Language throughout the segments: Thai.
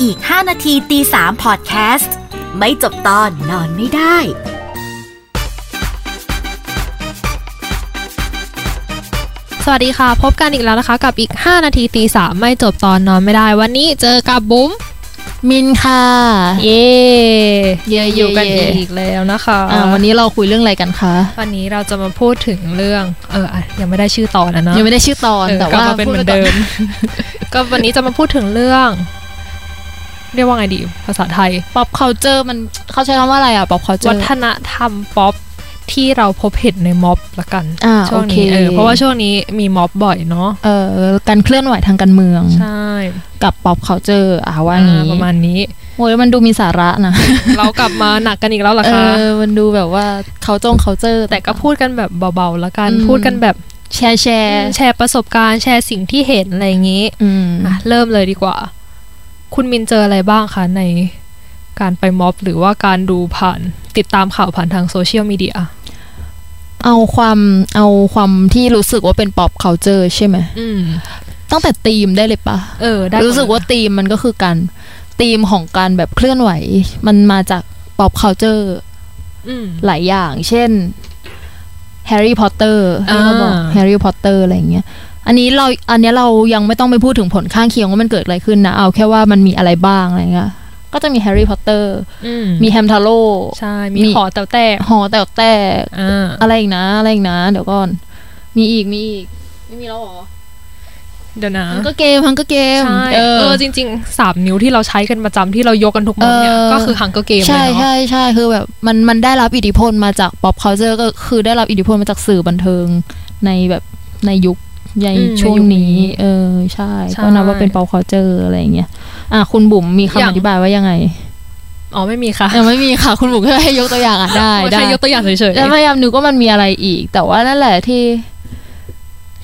อีก 5 นาทีตีสามพอดแคสต์ ไม่จบตอนนอนไม่ได้ สวัสดีค่ะ พบกันอีกแล้วนะคะกับอีก 5 นาทีตีสามไม่จบตอนนอนไม่ได้ วันนี้เจอกับบุ๋ม มินค่ะ เย่ เย่เย่ อยู่กันอีกแล้วนะคะ อ่าวันนี้เราคุยเรื่องอะไรกันคะ วันนี้เราจะมาพูดถึงเรื่องเอออ่ะยังไม่ได้ชื่อตอนนะเนาะ ยังไม่ได้ชื่อตอน เออ แต่ กลับ ว่า มาเป็น พู เหมือน ไก่ เดิม ก็วันนี้จะมาพูดถึงเรื่อง เรียกว่าไงดี ภาษาไทย ป๊อปเคาเจอร์มันเขาใช้คำว่าอะไรอ่ะป๊อปเคาเจอ วั ร์ ฒนธรรมป๊อปที่เราพบเห็นในม็อบละกัน อ่า ช่วง โอเค นี้เออเพราะว่าช่วงนี้มีม็อบบ่อยเนาะ เอ่อการเคลื่อนไหวทางการเมือง ใช่ กับป๊อปเคาเจอร์อ่าว่า อ่า งี้ ประมาณนี้ โอ้ยมันดูมีสาระนะ เรากลับมาหนักกันอีกแล้วเหรอ เอ คะ อมันดูแบบว่าเขาจงเคาเจอร์ แต่ก็พูดกันแบบเบาๆ แล้วกัน อืม พูดกันแบบ แชร์แชร์ แชร์ประสบการณ์ แชร์สิ่งที่เห็นอะไรอย่างนี้ อืม อ่ะเริ่มเลยดีกว่า คุณมินเจออะไรบ้างคะ ในการไปม็อบ หรือว่าการดูผ่านติดตามข่าวผ่านทางโซเชียลมีเดีย เอาความเอาความที่รู้สึกว่าเป็นป๊อปเคาเจอร์ใช่ไหม อืม ตั้งแต่ธีมได้เลยปะ เออ ได้ รู้สึกว่าธีมมันก็คือการธีมของการแบบเคลื่อนไหว มันมาจากป๊อปเคาเจอร์ อืม หลายอย่าง เช่นแฮร์รี่พอตเตอร์ที่ อ่า เราบอกแฮร์รี่พอตเตอร์อะไรอย่างเงี้ย อันนี้เราอันเนี้ยเรายังไม่ต้องไปพูดถึงผลข้างเคียงว่ามันเกิดอะไรขึ้นนะ เอาแค่ว่ามันมีอะไรบ้างอะไรเงี้ย ก็จะมีแฮร์รี่พอตเตอร์ อืม มีแฮมทาโร่ ใช่ มี มี หอแต๋วแตก หอแต่แต่ อ่า อะไรอีกนะ อะไรอีกนะ เดี๋ยวก่อน มีอีกมีอีก ไม่มีแล้วเหรอ เดี๋ยวนะ ฮังก็เกมฮังก็เกม ใช่ เอ เอ อ อจริงๆสามนิ้วที่เราใช้กันประจำที่เรายกกันทุกม็อบเนี่ย เออ ก็คือหังก็เกมเลย ใช่ เนาะ ใช่ใช่คือแบบมันมันได้รับอิทธิพลมาจากป๊อปคาเจอร์ก็คือได้รับอิทธิพลมาจากสื่อบันเทิงในแบบในยุคใน อืม ช่วงนี้ ในยุคนี้ เออใช่ ใช่ ก็นับว่าเป็นป๊อปคาเจอร์อะไรอย่างเงี้ยอ่ะคุณบุ๋มมี อย่างคำอธิบายว่ายังไง อ๋อไม่มีค่ะ ยังไม่มีค่ะ คุณบุ๋มแค่ให้ยกตัวอย่างอ่ะได้ ไม่ ได้ ใช่ยกตัวอย่างเฉยๆ แล้วพยายามนึกว่ามันมีอะไรอีก แต่ว่านั่นแหละที่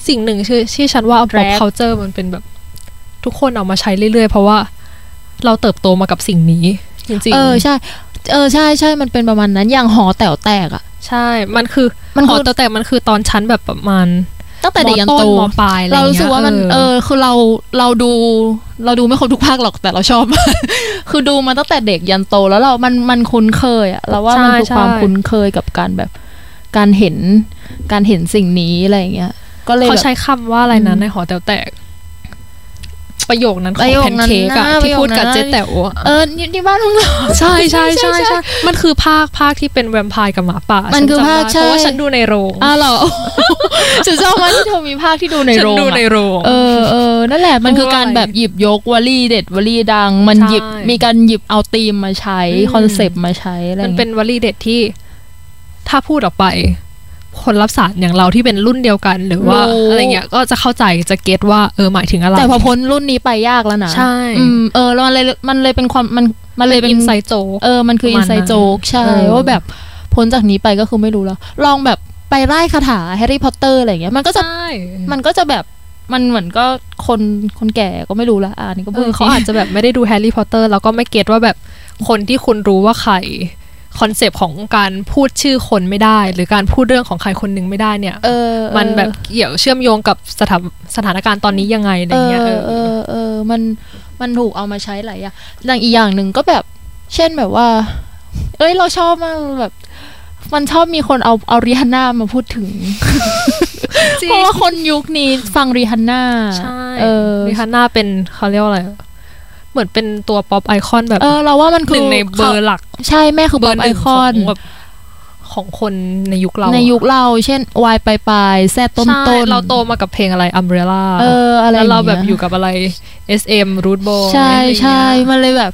สิ่งหนึ่งชื่อที่ฉันว่า pop Drag culture มันเป็นแบบ ทุกคนเอามาใช้เรื่อยๆ เพราะว่าเราเติบโตมากับสิ่งนี้ จริง เออใช่ เออใช่ใช่มันเป็นประมาณนั้นอย่างหอแต๋วแตกอ่ะ ใช่ มันคือ มัน ขอ คือ แต่แต่มันคือตอนชั้นแบบประมาณ ตั้งแต่เด็กยัน ม โต ต้มปลายอะไร เรา อย่ง รู้ งี้ย สึกว่ามันเออคือเราเราดูเราดูไม่ครบทุกภาคหรอก แต่เราชอบ คือดูมาตั้งแต่เด็กยันโตแล้วเรา มันมันคุ้นเคยอะเราว่ามันคือความคุ้นเคยกับการแบบ การเห็นการเห็นสิ่งนี้อะไรอย่างเงี้ย ก็เลย เขา แบบ ใช้คำว่าอะไรนะ อืม ในหอแต๋วแตก ประโยคนั้นขอ ประ ง โย แพ คน นั้น เค้กอะ นะ ที่พูดกับ ประโยคนั้น เจ๊แต๋วอะ เออนี่นี่บ้านมึงเหร อ ใช่ใช่ใช่ใช่มันคือภาคภาคที่เป็นแวมไพร์กับหมาป่า มั มัน คือภาคใช่ เพราะว่าฉันดูในโรง อ้าวเหรอ ฉันชอบมากที่เธอมีภาคที่ดูใน ฉั โรง ดู อะ ในโรง เออเออนั่นแหละมันคือการแบบหยิบยกวลีเด็ดวลีดัง มันหยิบมีการหยิบเอาธีมมาใช้คอนเซปต์มาใช้อะไรอ มัน ย่างเงี้ย เป็นวลีเด็ดที่ถ้าพูดออกไป คนรับสารอย่างเราที่เป็นรุ่นเดียวกันหรือว่า รู้ อะไรเงี้ยก็จะเข้าใจจะเก็ตว่าเออหมายถึงอะไร แต่พอพ้นรุ่นนี้ไปยากแล้วนะ ใช่ อืมเออแล้วมันเลยมันเลยเป็นความมันมันเลยเป็น อินไซโจ เออมันคือ ประมาอิณ นไซโจกใช่ เออ ว่าแบบพ้นจากนี้ไปก็คือไม่รู้แล้ว ลองแบบไปไล่คาถาแฮร์รี่พอตเตอร์อะไรอย่างเงี้ยมันก็จะ ใช่ มันก็จะแบบมันเหมือนก็คนคนแก่ก็ไม่รู้ละอ่านี่ก็ เอ พูด อเขา จริง อาจจะแบบไม่ได้ดูแฮร์รี่พอตเตอร์แล้วก็ไม่เก็ตว่าแบบคนที่คุณรู้ว่าใครคอนเซปต์ของการพูดชื่อคนไม่ได้ หรือการพูดเรื่องของใครคนหนึ่งไม่ได้เนี่ย เออ มันแบบเกี่ยวเชื่อมโยงกับสถานสถานการณ์ตอนนี้ยังไงอะไร เออ เงี้ย เอ เอออเออเออมันมันถูกเอามาใช้หลายอย่างอย่างอีกอย่างหนึ่งก็แบบ เช่นแบบว่า เอ้ยเราชอบมากแบบ มันชอบมีคนเอาเอาริฮันน่ามาพูดถึง เพราะว่าคนยุคนี้ฟังริฮันน่า ใช่ เออ ริฮาน่าเป็นเขาเรียกว่าอะไร เหมือนเป็นตัวป๊อปไอคอนแบบ เออเราว่ามัน ห คือ นึ่งในเบอร์หลัก ใช่แม่คือ เบ เบ อ อ ร์ ร์ ห ไอ นึ่งขคอ อง น แบบของคนในยุคเรา ในยุคเราเช่นวายปลายปลายแซดต้น ใช่ ต้น เราโตมากับเพลงอะไรอัมเบรล่า เอออะไร แล้วเราแบบ ง อ งี้ ยู่กับอะไร SM Root Boy ใช่ อะไรอย่างเงี้ย ใช่มันเลยแบบ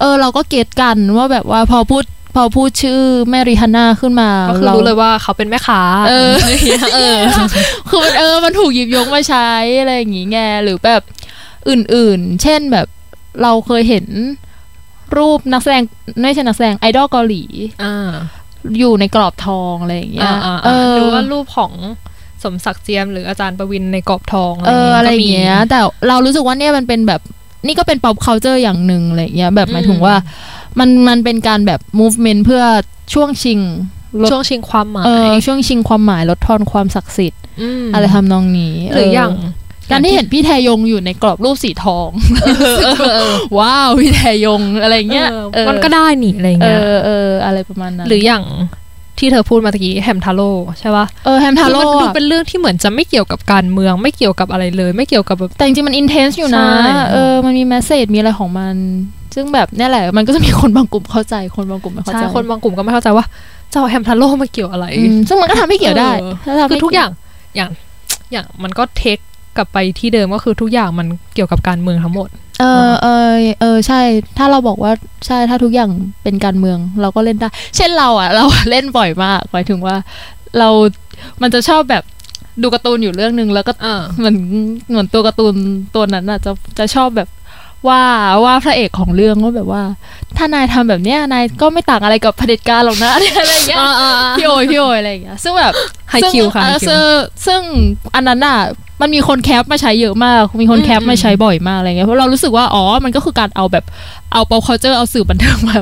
เออ เราก็เก็ตกันว่าแบบว่าพอพูดพอพูดชื่อแม่ริฮันน่าขึ้นมา ก็คือ รา รู้เลยว่าเขาเป็นแม่ค้า เออ ะไรย่างงี้ยเออ คือมันเออ มันถูกหยิบยกมาใช้อะไรอย่างงี้ไงหรือแบบอื่นๆ เช่นแบบเราเคยเห็นรูปนักแสดงไม่ใช่นักแสดงไอดอลเกาหลี อ่า อยู่ในกรอบทองอะไรอย่างเงี้ย อ่าอ่า เออ หรือว่ารูปของสมศักดิ์เจียม หรืออาจารย์ประวินในกรอบทอง เอออะ อะไร ไร อ อย่าง ย่าง เงี้ เงี้ ย ย ก็มี แต่เรารู้สึกว่าเนี่ยมันเป็นแบบนี่ก็เป็น pop culture อย่างหนึ่งอะไรอย่างเงี้ยแบบหมายถึงว่ามันมันเป็นการแบบ movement เพื่อช่วงชิงลด ช่วงชิงความหมา เอย อช่วงชิงความหมายลดทอนความศักดิ์สิทธิ์ ม อะไรทำนองนี้ หรืออย่าง การที่เห็นพี่แทยงอยู่ในกรอบรูปสีทอง ว้าวพี่แทยงอะไรเงี้ย เออมันก็ เออ ได้นี่อะไร เอ เงี้ย อเอออะไรประมาณนั้น หรืออย่างที่เธอพูดมาตะกี้แฮมทาโร่ใช่ปะ เออแฮมทาโร่ คือมันดู อะ เป็นเรื่องที่เหมือนจะไม่เกี่ยวกับการเมืองไม่เกี่ยวกับอะไรเลย ไม่เกี่ยวกับแบบ แต่จริงๆมันอินเทนส์อยู่นะ ใช่ เออมันมีแมสเซจมีอะไรของมัน ซึ่งแบบเนี่ยแหละ มันก็จะมีคนบางกลุ่มเข้าใจคนบางกลุ่มไม่เข้า ใช่ ใจ คนบางกลุ่มก็ไม่เข้าใจว่าเจ้าแฮมทาโร่มาเกี่ยวอะไร อืมซึ่งมันก็ทำให้เกี่ยวได้ เออ ถ้าทำให้ คือทุกอย่างอย่างอย่างมันก็เทคกลับไปที่เดิมก็คือทุกอย่างมันเกี่ยวกับการเมืองทั้งหมด เออเออเออใช่ ถ้าเราบอกว่าใช่ถ้าทุกอย่างเป็นการเมืองเราก็เล่นได้ เช่นเราอ่ะ เราเล่นบ่อยมากหมายถึงว่า เรา มันจะชอบแบบดูการ์ตูนอยู่เรื่องหนึ่งแล้วก็ เออ เหมือนเหมือนตัวการ์ตูนตัวนั้นน่ะจะจะชอบแบบว่าว่าพระเอกของเรื่องว่าแบบว่า ถ้านายทำแบบเนี้ยนายก็ไม่ต่างอะไรกับเผด็จการหรอกนะ อะไรอย่างเงี้ยพี่โอยพี่โอยอะไรอย่างเงี้ยซึ่งแบบ ไฮคิวค่ะ ซึ่ง ไฮคิว เออซึ่งซึ่งอันนั้นน่ะมันมีคนแคปมาใช้เยอะมาก มีคนแคป อืม มาใช้บ่อยมากอะไรเงี้ยเพราะเรารู้สึกว่าอ๋อมันก็คือการเอาแบบเอา pop culture เอาสื่อบันเทิงมา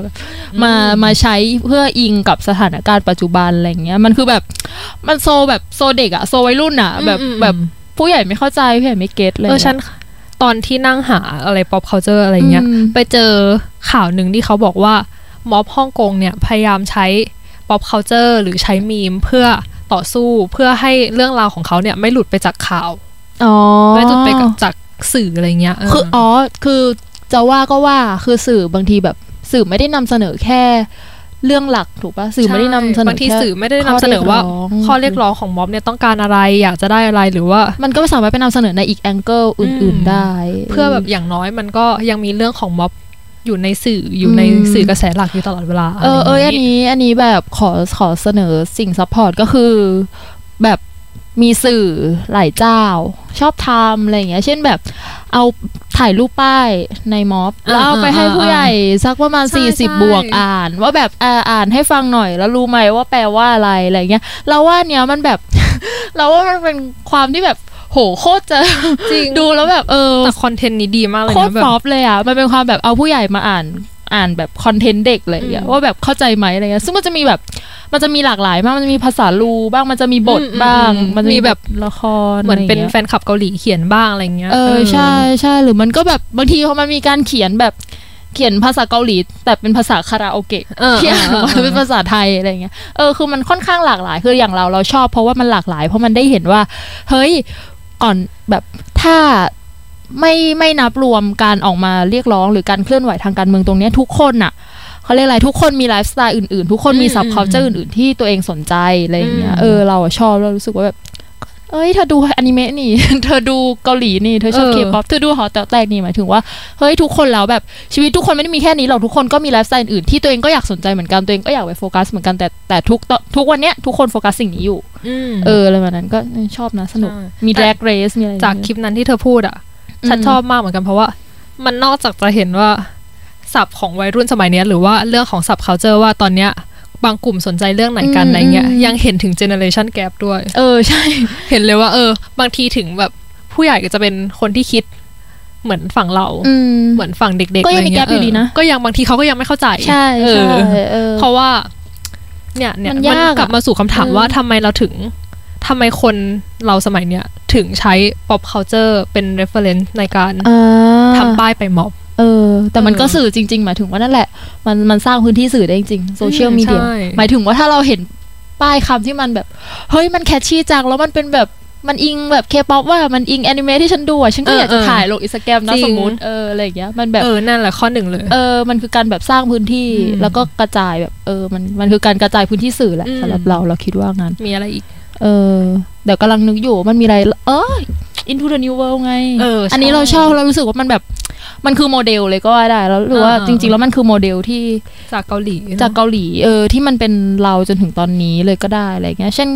มามาใช้เพื่ออิงกับสถานการณ์ปัจจุบันอะไรอย่างเงี้ยมันคือแบบมันโซแบบโซเด็กอะโซวัยรุ่นอะแบบแบบ ผู้ใหญ่ไม่เข้าใจผู้ใหญ่ไม่เก็ตเลย เออฉันตอนที่นั่งหาอะไร pop culture อะไรเงี้ย ม ไปเจอข่าวหนึ่งที่เขาบอกว่าม็อบฮ่องกงเนี่ย พยายามใช้ pop culture หรือใช้มีมเพื่อต่อสู้เพื่อให้เรื่องราวของเขาเนี่ย ไม่หลุดไปจากข่าว อ๋อ ไม่หลุดไปกับจากสื่ออะไรเงี้ยเ คืออ๋อคือจะว่าก็ว่าคือสื่อบางทีแบบสื่อไม่ได้นำเสนอแค่เรื่องหลักถูกปะสื่อไม่ได้นำเสนอบ างที แค่ สื่อไม่ได้นำเสนอว่า ข้อเรียกร้องของม็อบเนี่ยต้องการอะไรอยากจะได้อะไรหรือว่า มันก็ไม่สามารถไปนำเสนอในอีกแองเกิลอื่น อืม ๆได้ เพื่อแบบอย่างน้อยมันก็ยังมีเรื่องของม็อบอยู่ในสื่ออยู่ในสื่อกระแสหลักอยู่ตลอดเวลา เออเอออั ย่าน งงี้ นี้อันนี้แบบขอขอเสนอสิ่งซัพพอร์ตก็คือแบบมีสื่อหลายเจ้า ชอบทำอะไรอย่างเงี้ย เช่นแบบเอาถ่ายรูปป้ายในม็อบ แล้วเอาไปให้ผู้ใหญ่ สักประมาณ ใช่ใช่ 40 บวกอ่าน ว่าแบบอ่าอ่านให้ฟังหน่อย แล้วรู้ไหมว่าแปลว่าอะไรอะไรเงี้ยเราว่าเนี้ยมันแบบ เราว่ามันเป็นความที่แบบโหโคตรจะ จริง ดูแล้วแบบเออ แต่คอนเทนต์นี้ดีมากเลย โคต นะ ร แบบ ป๊อปเลยอ่ะ มันเป็นความแบบเอาผู้ใหญ่มาอ่านอ่านแบบคอนเทนต์เด็กอะไรอย่างเงี้ย อืม ว่าแบบเข้าใจไหมอะไรเงี้ยซึ่งมันจะมีแบบมันจะมีหลากหลายมากมันจะมีภาษาลูบ้างมันจะมีบท อืมอืม บ้าง อืม มันจะ มี มี แบ แบบ บละคร เหมือนเป็น อะไร แฟนคลับเกาหลีเขียนบ้างอะไรเงี้ งี้ย ย เออใช่ใช่หรือมันก็แบบบางทีเขามันมีการเขียนแบบเขียนภาษาเกาหลี แต่เป็นภาษาคาราโอเกะ เออ เที่ย เออเออ เป็นภาษาไทยอะไรเงี้ย เออ คือมันค่อนข้างหลากหลาย คืออย่างเราเราชอบเพราะว่ามันหลากหลาย เพราะมันได้เห็นว่า เฮ้ย ก่อนแบบถ้าไม่ไม่นับรวมการออกมาเรียกร้องหรือการเคลื่อนไหวทางการเมืองตรงเนี้ยทุกคนน่ะเขาเรียกอะไรทุกคนมีไลฟ์สไตล์อื่นๆ ทุกคนมี อืม สับเคาเจอร์อื่นๆ ที่ตัวเองสนใจอะไรอย่างเงี้ย อืม เออ เราอะชอบเรารู้สึกว่าแบบ เอ้ย เธอดูอนิเมะนี่ เธอดูเกาหลีนี่ เธอชอบ เออ เคป๊อป เธอดูหอแต๋วแตกนี่หมายถึงว่า เฮ้ยทุกคนแล้วแบบชีวิตทุกคนไม่ได้มีแค่นี้หรอกทุกคนก็มีไลฟ์สไตล์อื่นๆที่ตัวเองก็อยากสนใจเหมือนกันตัวเองก็อยากไปโฟกัสเหมือนกันแต่แต่ทุกตทุกวันเนี้ยทุกคนโฟกัสสิ่งนี้อยู่ ม เอออะไรแบบนั้นก็ชอบนะสนุก ใช่ มี แต่ แดกเรสมีอะไร จากคลิปนั้นที่เธอพูดอ่ะ ฉันชอบมากเหมือนกันเพราะว่า มันนอกจากจะเห็นว่าศัพท์ของวัยรุ่นสมัยเนี้ยหรือว่าเรื่องของศัพท์ culture ว่าตอนเนี้ยบางกลุ่มสนใจเรื่องไหนกันอะไรเงี้ยยังเห็นถึง generation gap ด้วย เออใช่ เห็นเลยว่า เออ บางทีถึงแบบผู้ใหญ่ก็จะเป็นคนที่คิดเหมือนฝั่งเรา อืม เหมือนฝั่งเด็กๆ ก็ยัง อะไร มี เงี้ gap อยู่ดีนะ เออก็ยังบางทีเขาก็ยังไม่เข้าใจ ใช่ เอ ใช่ อ เออ เพราะว่า เนี่ยเนี่ย มันยากอะ กลับมาสู่คำถาม เออ ว่าทำไมเราถึงทำไมคนเราสมัยเนี้ยถึงใช้ pop culture เป็น reference ในการ อ่า ทำป้ายไปม็อบ เออ แต่มันก็ เออ สื่อจริง ๆ หมายถึงว่านั่นแหละ มันมันสร้างพื้นที่สื่อได้จริงโซเชียล อืม มีเดีย ใช่ หมายถึงว่าถ้าเราเห็นป้ายคำที่มันแบบ เฮ้ยมันแคชชี่จังแล้วมันเป็นแบบมันอิงแบบเคป๊อปว่ามันอิงแอนิเมะที่ฉันดูอ่ะฉันก็อยากจะถ่ายลงอินสตาแกรมนะ จริง สมมติเอออะไรอย่างเงี้ยมันแบบ เออ นั่นแหละข้อหนึ่งเลย เออ มันคือการแบบสร้างพื้นที่ อืม แล้วก็กระจายแบบเออ มันมันคือการกระจายพื้นที่สื่อแหละ อืม สำหรับเราเราคิดว่างั้น มีอะไรอีก เออเดี๋ยวกำลังนึกอยู่ว่ามันมีอะไร เออ Into the New World ไง เออใช่ นนี้เราชอบเรารู้สึกว่ามันแบบ มันคือโมเดลเลยก็ว่าได้แล้วหรือว่า อ่า จริง ๆ แล้วมันคือโมเดลที่ จากเกาหลีเนอะ จากเกาหลีเออที่มันเป็นเราจนถึงตอนนี้เลยก็ได้อะไรเงี้ย เช่น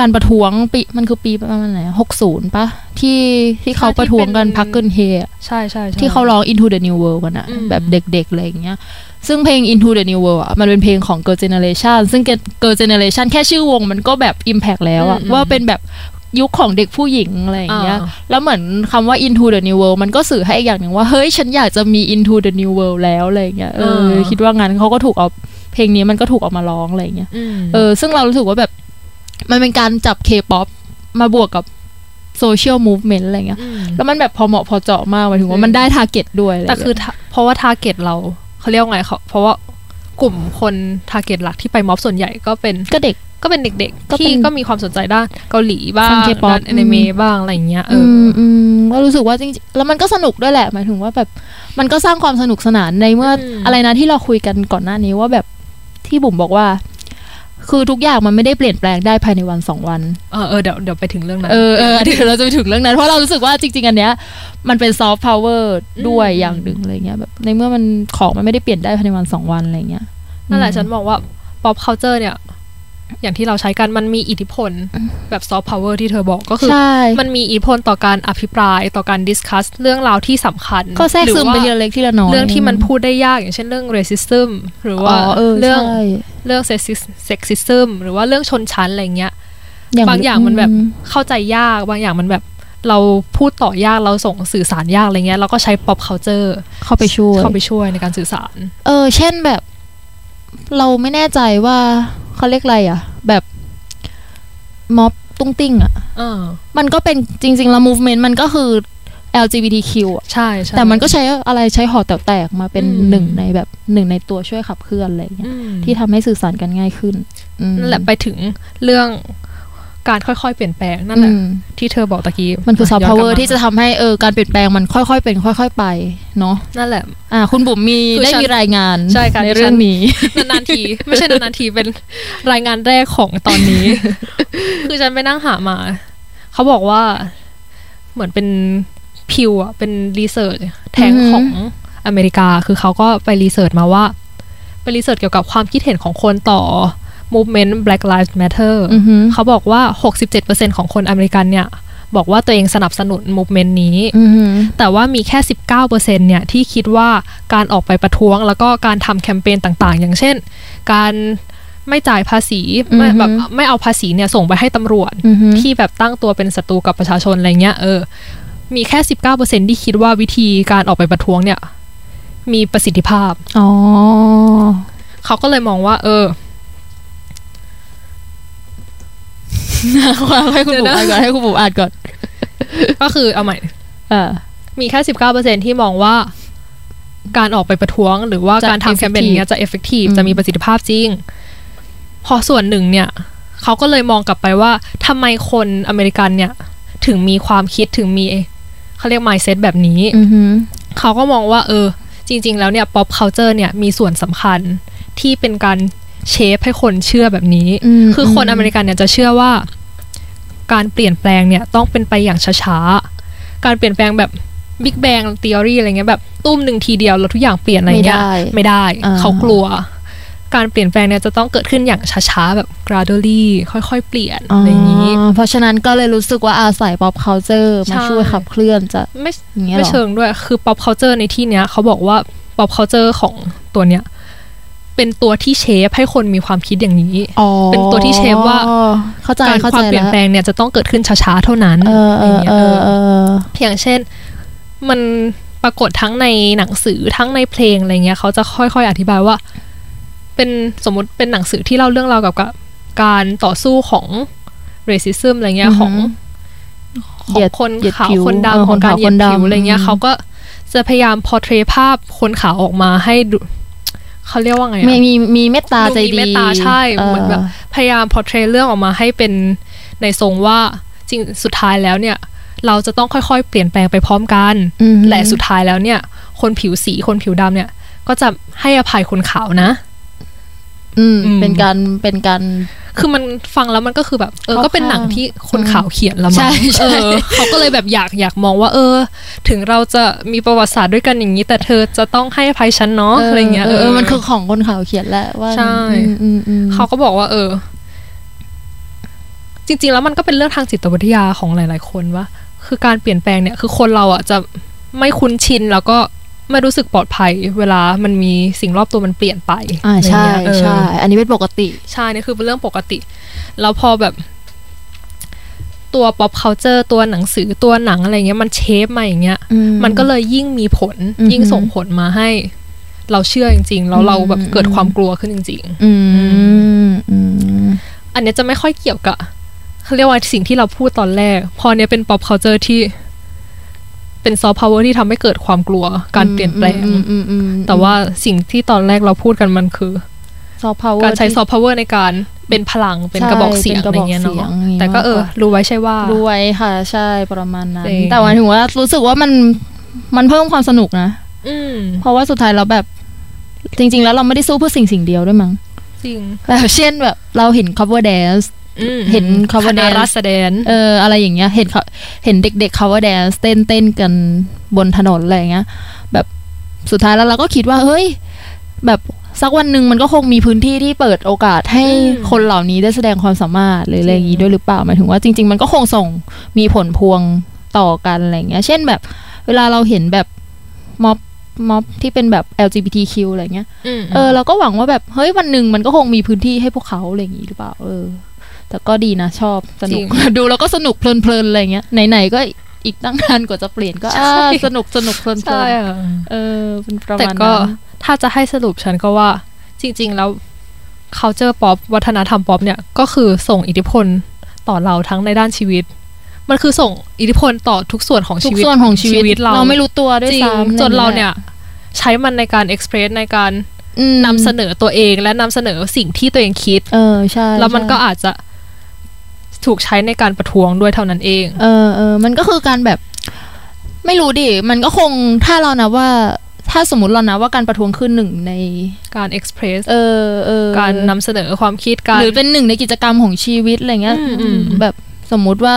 การประท้วงปีมันคือปีประมาณไหนหกศูนย์ปะที่ที่เขา ใช่ที่ ประท้วงกัน เป็น พักเกินเฮอะ ใช่ใช่ใช่ ที่เขาร้อง Into the New World กันอะ อืม แบบเด็กๆอะไรอย่างเงี้ย ซึ่งเพลง Into the New World อะมันเป็นเพลงของ Girl Generation ซึ่ง Girl Generation แค่ชื่อวงมันก็แบบ Impact แล้วอะว่าเป็นแบบยุคของเด็กผู้หญิงอะไรอย่างเงี้ย แล้วเหมือนคำว่า Into the New World มันก็สื่อให้อีกอย่างหนึ่งว่า เฮ้ย ฉันอยากจะมี Into the New World แล้วอะไรอย่างเงี้ยเออ เออ คิดว่างั้นเขาก็ถูกเอาเพลงนี้มันก็ถูกเอามาร้องอะไรอย่างเงี้ย อืม เออซึ่งเรารู้สึกว่าแบบมันเป็นการจับเคป๊อปมาบวกกับ โซเชียลมูฟเมนต์อะไรเงี้ย อืม แล้วมันแบบพอเหมาะพอเจาะมากหมายถึงว่ามันได้ทาร์เก็ตด้วยะไร แต่ เงี้ย คือถ้าเพราะว่าทาร์เก็ตเราเขาเรียกว่าไงเขาเพราะว่ากลุ่มคนทาร์เก็ตหลักที่ไปม็อบส่วนใหญ่ก็เป็น ก็เด็ก ก็เป็นเด็กๆก็เป็น ที่ก็มีความสนใจด้านเกาหลีบ้าง ฟัง K-pop ด้านอนิเมะ อืม บ้างอะไรอย่างเงี้ยเอ อื อ มอืมก็รู้สึกว่าจริงๆแล้วมันก็สนุกด้วยแหละ หมายถึงว่าแบบมันก็สร้างความสนุกสนานในเมื่อออะไรนะที่เราคุยกันก่อนหน้านี้ว่าแบบที่บุ๋มบอกว่า คือทุกอย่างมันไม่ได้เปลี่ยนแปลงได้ภายในวันสองวัน เออเออเดี๋ยวเดี๋ยวไปถึงเรื่องนั้น เออเออ เดี๋ยวเราจะไปถึงเรื่องนั้น เพราะเรารู้สึกว่าจริง ๆ อันเนี้ยมันเป็นซอฟต์พาวเวอร์ด้วย อืม อย่างหนึ่งอะไรเงี้ยแบบในเมื่อมันของมันไม่ได้เปลี่ยนได้ภายในวันสองวันอะไรเงี้ย นั่นแหละฉัน อืม มองว่า pop culture เนี่ย อย่างที่เราใช้กันมันมีอิทธิพลแบบ soft power ที่เธอบอกก็คือ ใช่ มันมีอิทธิพลต่อการอภิปรายต่อการดิสคัสเรื่องราวที่สำคัญ ก็แทรกซึมไป ห ที อว่า ละเล็กทีละน้อย เรื่องที่มันพูดได้ยากอย่างเช่นเรื่อง racism หรือว่า อ๋อเออ เรื่อง ใช่ เรื่อง sexis- sexism หรือว่าเรื่องชนชั้นอะไรเงี้ย บางอย่างมันแบบ เข้าใจยากบางอย่างมันแบบ เราพูดต่อยากเราส่งสื่อสารยากอะไรเงี้ยเราก็ใช้ pop culture เข้าไปช่วย เข้าไปช่วยในการสื่อสาร เออ เช่นแบบ เราไม่แน่ใจว่าเขาเรียกอะไรอ่ะ แบบม็อบตุ้งติ้งอ่ะ เออ มันก็เป็นจริงๆแล้ว movement มันก็คือ LGBTQ อ่ะ ใช่ใช่ แต่มันก็ใช้อะไรใช้หอแต๋วแตกมาเป็น อืม หนึ่งในแบบหนึ่งในตัวช่วยขับเคลื่อนอะไรอย่างเงี้ย อืม ที่ทำให้สื่อสารกันง่ายขึ้นอืม นั่นแหละไปถึงเรื่องการค่อยๆ เปลี่ยนแปลงนั่นแหละ อืม ที่เธอบอกตะกี้ มันคือซอฟต์ ย้ พาวเวอ ลับ ร์ ม ที่จะทำให้เออการเปลี่ยนแปลงมันค่อยๆเป็นค่อย ๆ ไปเนาะ นั่นแหละ อ่า คุณบุ๋มมี คือ ได้ ฉัน มีรายงาน ใช่ค่ะ ใน ดิฉัน เรื่องนี้ นานๆที ไม่ใช่นานๆทีเป็นรายงานแรกของตอน นี้ คือฉันไปนั่งหามา เขาบอกว่าเหมือนเป็นพิวอะเป็นรีเสิร์ชแทง อือหือ ของอเมริกา คือเขาก็ไปรีเสิร์ชมาว่าไปรีเสิร์ชเกี่ยวกับความคิดเห็นของคนต่อ movement Black Lives Matter อือหือ เขาบอกว่า 67%ของคนอเมริกันเนี่ย บอกว่าตัวเองสนับสนุน movement นี้ อือหือ แต่ว่ามีแค่ 19%เนี่ยที่คิดว่าการออกไปประท้วง แล้วก็การทำแคมเปญต่างๆ อย่างเช่น การไม่จ่ายภาษีไม่ อือฮึ แบบไม่เอาภาษีเนี่ยส่งไปให้ตำรวจ อือหือ ที่แบบตั้งตัวเป็นศัตรูกับประชาชนอะไรเงี้ยเออ มีแค่ 19%ที่คิดว่าวิธีการออกไปประท้วงเนี่ย มีประสิทธิภาพ อ๋อ เขาก็เลยมองว่า เออ ให้คุณบุ๋มอ่านก่อนให้คุณบุ๋มอ่านก่อน ก็คือเอาใหม่ อ่า มีแค่ 19%ที่มองว่าการออกไปประท้วง หรือว่า จะ การทำแคมเปญอย่างเนี้ยจะเอฟเฟกตีฟ อืม จะมีประสิทธิภาพจริง พอส่วนหนึ่งเนี่ย เขาก็เลยมองกลับไปว่าทำไมคนอเมริกันเนี่ย ถึงมีความคิดถึงมีเขาเรียก mindset แบบนี้ อือหือ เขาก็มองว่า เออ จริง ๆ แล้วเนี่ย pop culture เนี่ยมีส่วนสำคัญที่เป็นการเชฟให้คนเชื่อแบบนี้ อืม คือคนอเมริกันเนี่ยจะเชื่อว่า การเปลี่ยนแปลงเนี่ยต้องเป็นไปอย่างช้าๆ การเปลี่ยนแปลงแบบบิ๊กแบง t ี o รีอะไรเงี้ยแบบตุ้มหนึ่งทีเดียวแล้วทุกอย่างเปลี่ยนอะไรเงี้ย ไม่ได้ ไม่ได้ อ่า เขากลัว การเปลี่ยนแปลงเนี่ยจะต้องเกิดขึ้นอย่างช้าๆ แบบ gradually ค่อยๆ เปลี่ยนอะไรอย่างนี้ อ๋อเพราะฉะนั้นก็เลยรู้สึกว่าอาศัย pop culture มา ใช่ ช่วยขับเคลื่อนจะ ไม่ อย่างเงี้ยหร ไม่ อ เชิงด้วยคือ pop culture ในที่เนี้ยเขาบอกว่า pop culture ของตัวเนี้ยเป็นตัวที่เชฟให้คนมีความคิดอย่างนี้ อ๋อ เป็นตัวที่เชฟว่า เข้าใจ การ เข้า ค ใจ วามเปลี่ยนแปลงเนี่ยจะต้องเกิดขึ้นช้าๆ เท่านั้น เออเออเออเออ อย่างเช่น มันปรากฏทั้งในหนังสือทั้งในเพลงอะไรเงี้ยเขาจะค่อยๆ อธิบายว่า เป็นสมมติเป็นหนังสือที่เล่าเรื่องราวเกี่ยวกับการต่อสู้ของเรสิซึมอะไรเงี้ย อือหือ ของ ข เห อง ยียด คน เหยียด ขาว ผิว คน เออ ดำของการ คนขาว เหยียด คนดำ ผิวอะไรเงี้ อื ย ม เขาก็จะพยายามพอเทรภาพคนขาวออกมาให้ดูเขาเรียกว่าไงอะ มีมีมีเมตตาใจ ดูมี ดี เมตตาใช่เหมือนแบบ พยายามพอเทรเรื่องออกมาให้เป็นในทรงว่าจริงสุดท้ายแล้วเนี่ย เราจะต้องค่อยๆ เปลี่ยนแปลงไปพร้อมกัน อืม และสุดท้ายแล้วเนี่ย คนผิวสีคนผิวดำเนี่ย ก็จะให้อภัยคนขาวนะ อืม อืม เป็นการเป็นการ คือมันฟังแล้วมันก็คือแบบเออ เข้า ก็เป็นหนังที่คนขาวเขียนละ ใช่ มั้ง ใช่ เออเขาก็เลยแบบอยากอยากมองว่าเออ ถึงเราจะมีประวัติศาสตร์ด้วยกันอย่างนี้ แต่เธอจะต้องให้อภัยฉันเนาะอะไรเงี้ย เออมันคือของคนข่าวเขียนแหละว่า ใช่ อืมอืมอืม เขาก็บอกว่า เออ จริง ๆ แล้วมันก็เป็นเรื่องทางจิตวิทยาของหลาย ๆ คนว่าคือการเปลี่ยนแปลงเนี่ย คือคนเราอ่ะจะไม่คุ้นชินแล้วก็ไม่รู้สึกปลอดภัย เวลามันมีสิ่งรอบตัวมันเปลี่ยนไป อ่า อะไร ใช่ เงี้ยเออ ใช่ อันนี้เป็นปกติ ใช่นี่คือเป็นเรื่องปกติ แล้วพอแบบตัว pop culture ตัวหนังสือตัวหนังอะไรเงี้ยมันเชฟมาอย่างเงี้ย มันก็เลยยิ่งมีผล อือฮึ ยิ่งส่งผลมาให้ เราเชื่อจริงๆแล้วเราแบบ อืม เกิดความกลัวขึ้นจริง อืมอืม ๆ อันเนี้ยจะไม่ค่อยเกี่ยวกับ เขาเรียกว่าสิ่งที่เราพูดตอนแรก พอเนี้ยเป็น pop culture ที่ เป็น soft power ที่ทำให้เกิดความกลัวการเปลี่ยนแปลง อืมอืมอืมอืม แต่ว่าสิ่งที่ตอนแรกเราพูดกันมันคือ ซอฟต์พาวเวอร์ การใช้ soft power ในการเป็นพลังเป็นกระบอกเสียง ใช่ อะไรเงี้ย เป็นกระบอเนาะกเสียงอย่างงี้ แต่ก็เออ มากกว่า รู้ไว้ใช่ว่า ด้วยค่ะ ใช่ประมาณนั้น จริง แต่หมายถึงว่ารู้สึกว่ามันมันเพิ่มความสนุกนะ อืม เพราะว่าสุดท้ายเราแบบ จริง ๆ แล้วเราไม่ได้สู้เพื่อสิ่งสิ่งเดียวด้วยมั้ง จริง แบบเช่นแบบเราเห็น cover dance อืม เห็น cover คณะ dance รัษฎร เอออะไรอย่างเงี้ยเห็นเขาเห็นเด็กๆ cover dance เต้นเต้นกันบนถนนอะไรอย่างเงี้ย แบบสุดท้ายแล้วเราก็คิดว่า เฮ้ย แบบสักวันหนึ่งมันก็คงมีพื้นที่ที่เปิดโอกาสให้คนเหล่านี้ได้แสดงความสามารถหรืออะไรอย่างงี้ด้วยหรือเปล่าหมายถึงว่าจริง ๆ มันก็คงส่งมีผลพวงต่อกันอะไรอย่างเงี้ย เช่นแบบ เวลาเราเห็นแบบม็อบม็อบที่เป็นแบบ LGBTQ อะไรอย่างเงี้ย อืม เออเราก็หวังว่าแบบเฮ้ยวันหนึ่งมันก็คงมีพื้นที่ให้พวกเขาอะไรอย่างนี้หรือเปล่าเออ แต่ก็ดีนะชอบสนุก ดูแล้วก็สนุกเพลินๆอะไรเงี้ยไหนๆก็อีกตั้งนานกว่าจะเปลี่ยน ก็อ่าสนุกสนุกเพลิน ใช่อะ ๆเออเป็นประมาณ แต่ นั้น ก็ถ้าจะให้สรุปฉันก็ว่าจริง ๆ แล้ว culture pop วัฒนธรรม pop เนี่ยก็คือส่งอิทธิพลต่อเราทั้งในด้านชีวิต มันคือส่งอิทธิพลต่อทุกส่วนของ ทุ ชี ก วิต ส่วนของชีวิต เรา เราไม่รู้ตัวด้วย จริง ซ้ำ จนเราเนี่ยใช้มันในการ express ในการ อืม นำเสนอตัวเองและนำเสนอสิ่งที่ตัวเองคิด เออใช่ แล้วมันก็ ใช่ อาจจะถูกใช้ในการประท้วงด้วยเท่านั้นเอง เออเออมันก็คือการแบบ ไม่รู้ดิมันก็คงถ้าเรานะว่า ถ้าสมมติเรานะว่าการประท้วงขึ้นหนึ่งใน การ express เออเออ การนำเสนอความคิดการ หรือเป็นหนึ่งในกิจกรรมของชีวิตอะไรเงี้ย อืมอืม แบบสมมุติว่า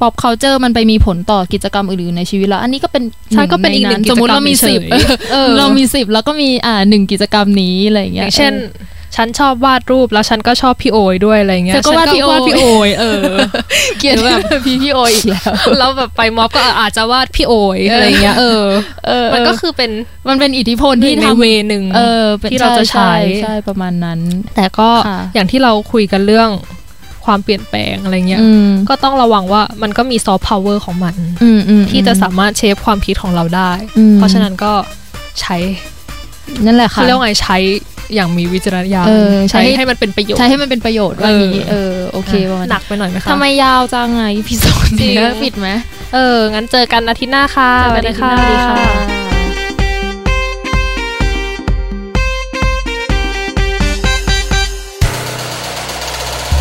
pop culture มันไปมีผลต่อกิจกรรมอื่นๆในชีวิตแล้ว อันนี้ก็เป็น ใช่ก็เป็นอีกหนึ่งกิจกรรมใสมมติเรามี ฉ สิ ย บ ๆ เอ อ อ อ เรามีสิบแล้วก็มีอ่าหนึ่งกิจกรรมนี้อะไรเงี้ อย ย่างเช่น ออ ฉันชอบวาดรูปแล้วฉันก็ชอบพี่โอยด้วยอะไรเงี้ย เธอก็วาดพี่โอย ฉันพี่โอย เออ เกลียดแบบพี่พี่โออีกแล้ว แล้วแบบไปม็อบก็อาจจะวาดพี่โอยอะไรเงี้ยเออ เออ มันก็ เออ คือเป็น มันเป็นอิทธิพล ห ที่ นึ่งใน ทำ เวหนึ่ง เออป็น ที่เราจะใช้ ใช่ประมาณนั้น แต่ก็ ค่ะ อย่างที่เราคุยกันเรื่องความเปลี่ยนแปลงอะไรเงี้ย อืม ก็ต้องระวังว่ามันก็มีซอฟต์พาวเวอร์ของมัน อืมอืม ที่จะสามารถเชฟความคิดของเราได้ อืม เพราะฉะนั้นก็ใช้ นั่นแหละค่ะ เขาเรียกว่าไงใช้อย่างมีวิจารณญาณ เออใช้ ใช้ ให้ ให้มันเป็นประโยชน์ ใช้ให้มันเป็นประโยชน์ว่าอย่างงี้ เอ เอ อ อโอเคประมาณ หนันั้น กไปหน่อยไหมคะ ทำไมยาวจังไงพี่สอน จริง เนี่ยปิดไหม เออ งั้นเจอกันอาทิตย์หน้าค่ะ สวัสดีค่ะ สวัสดีค่ะ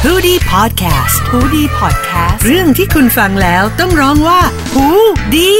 ฮูดี้พอดแคสต์ฮูดี้พอดแคสต์เรื่องที่คุณฟังแล้วต้องร้องว่าฮูดี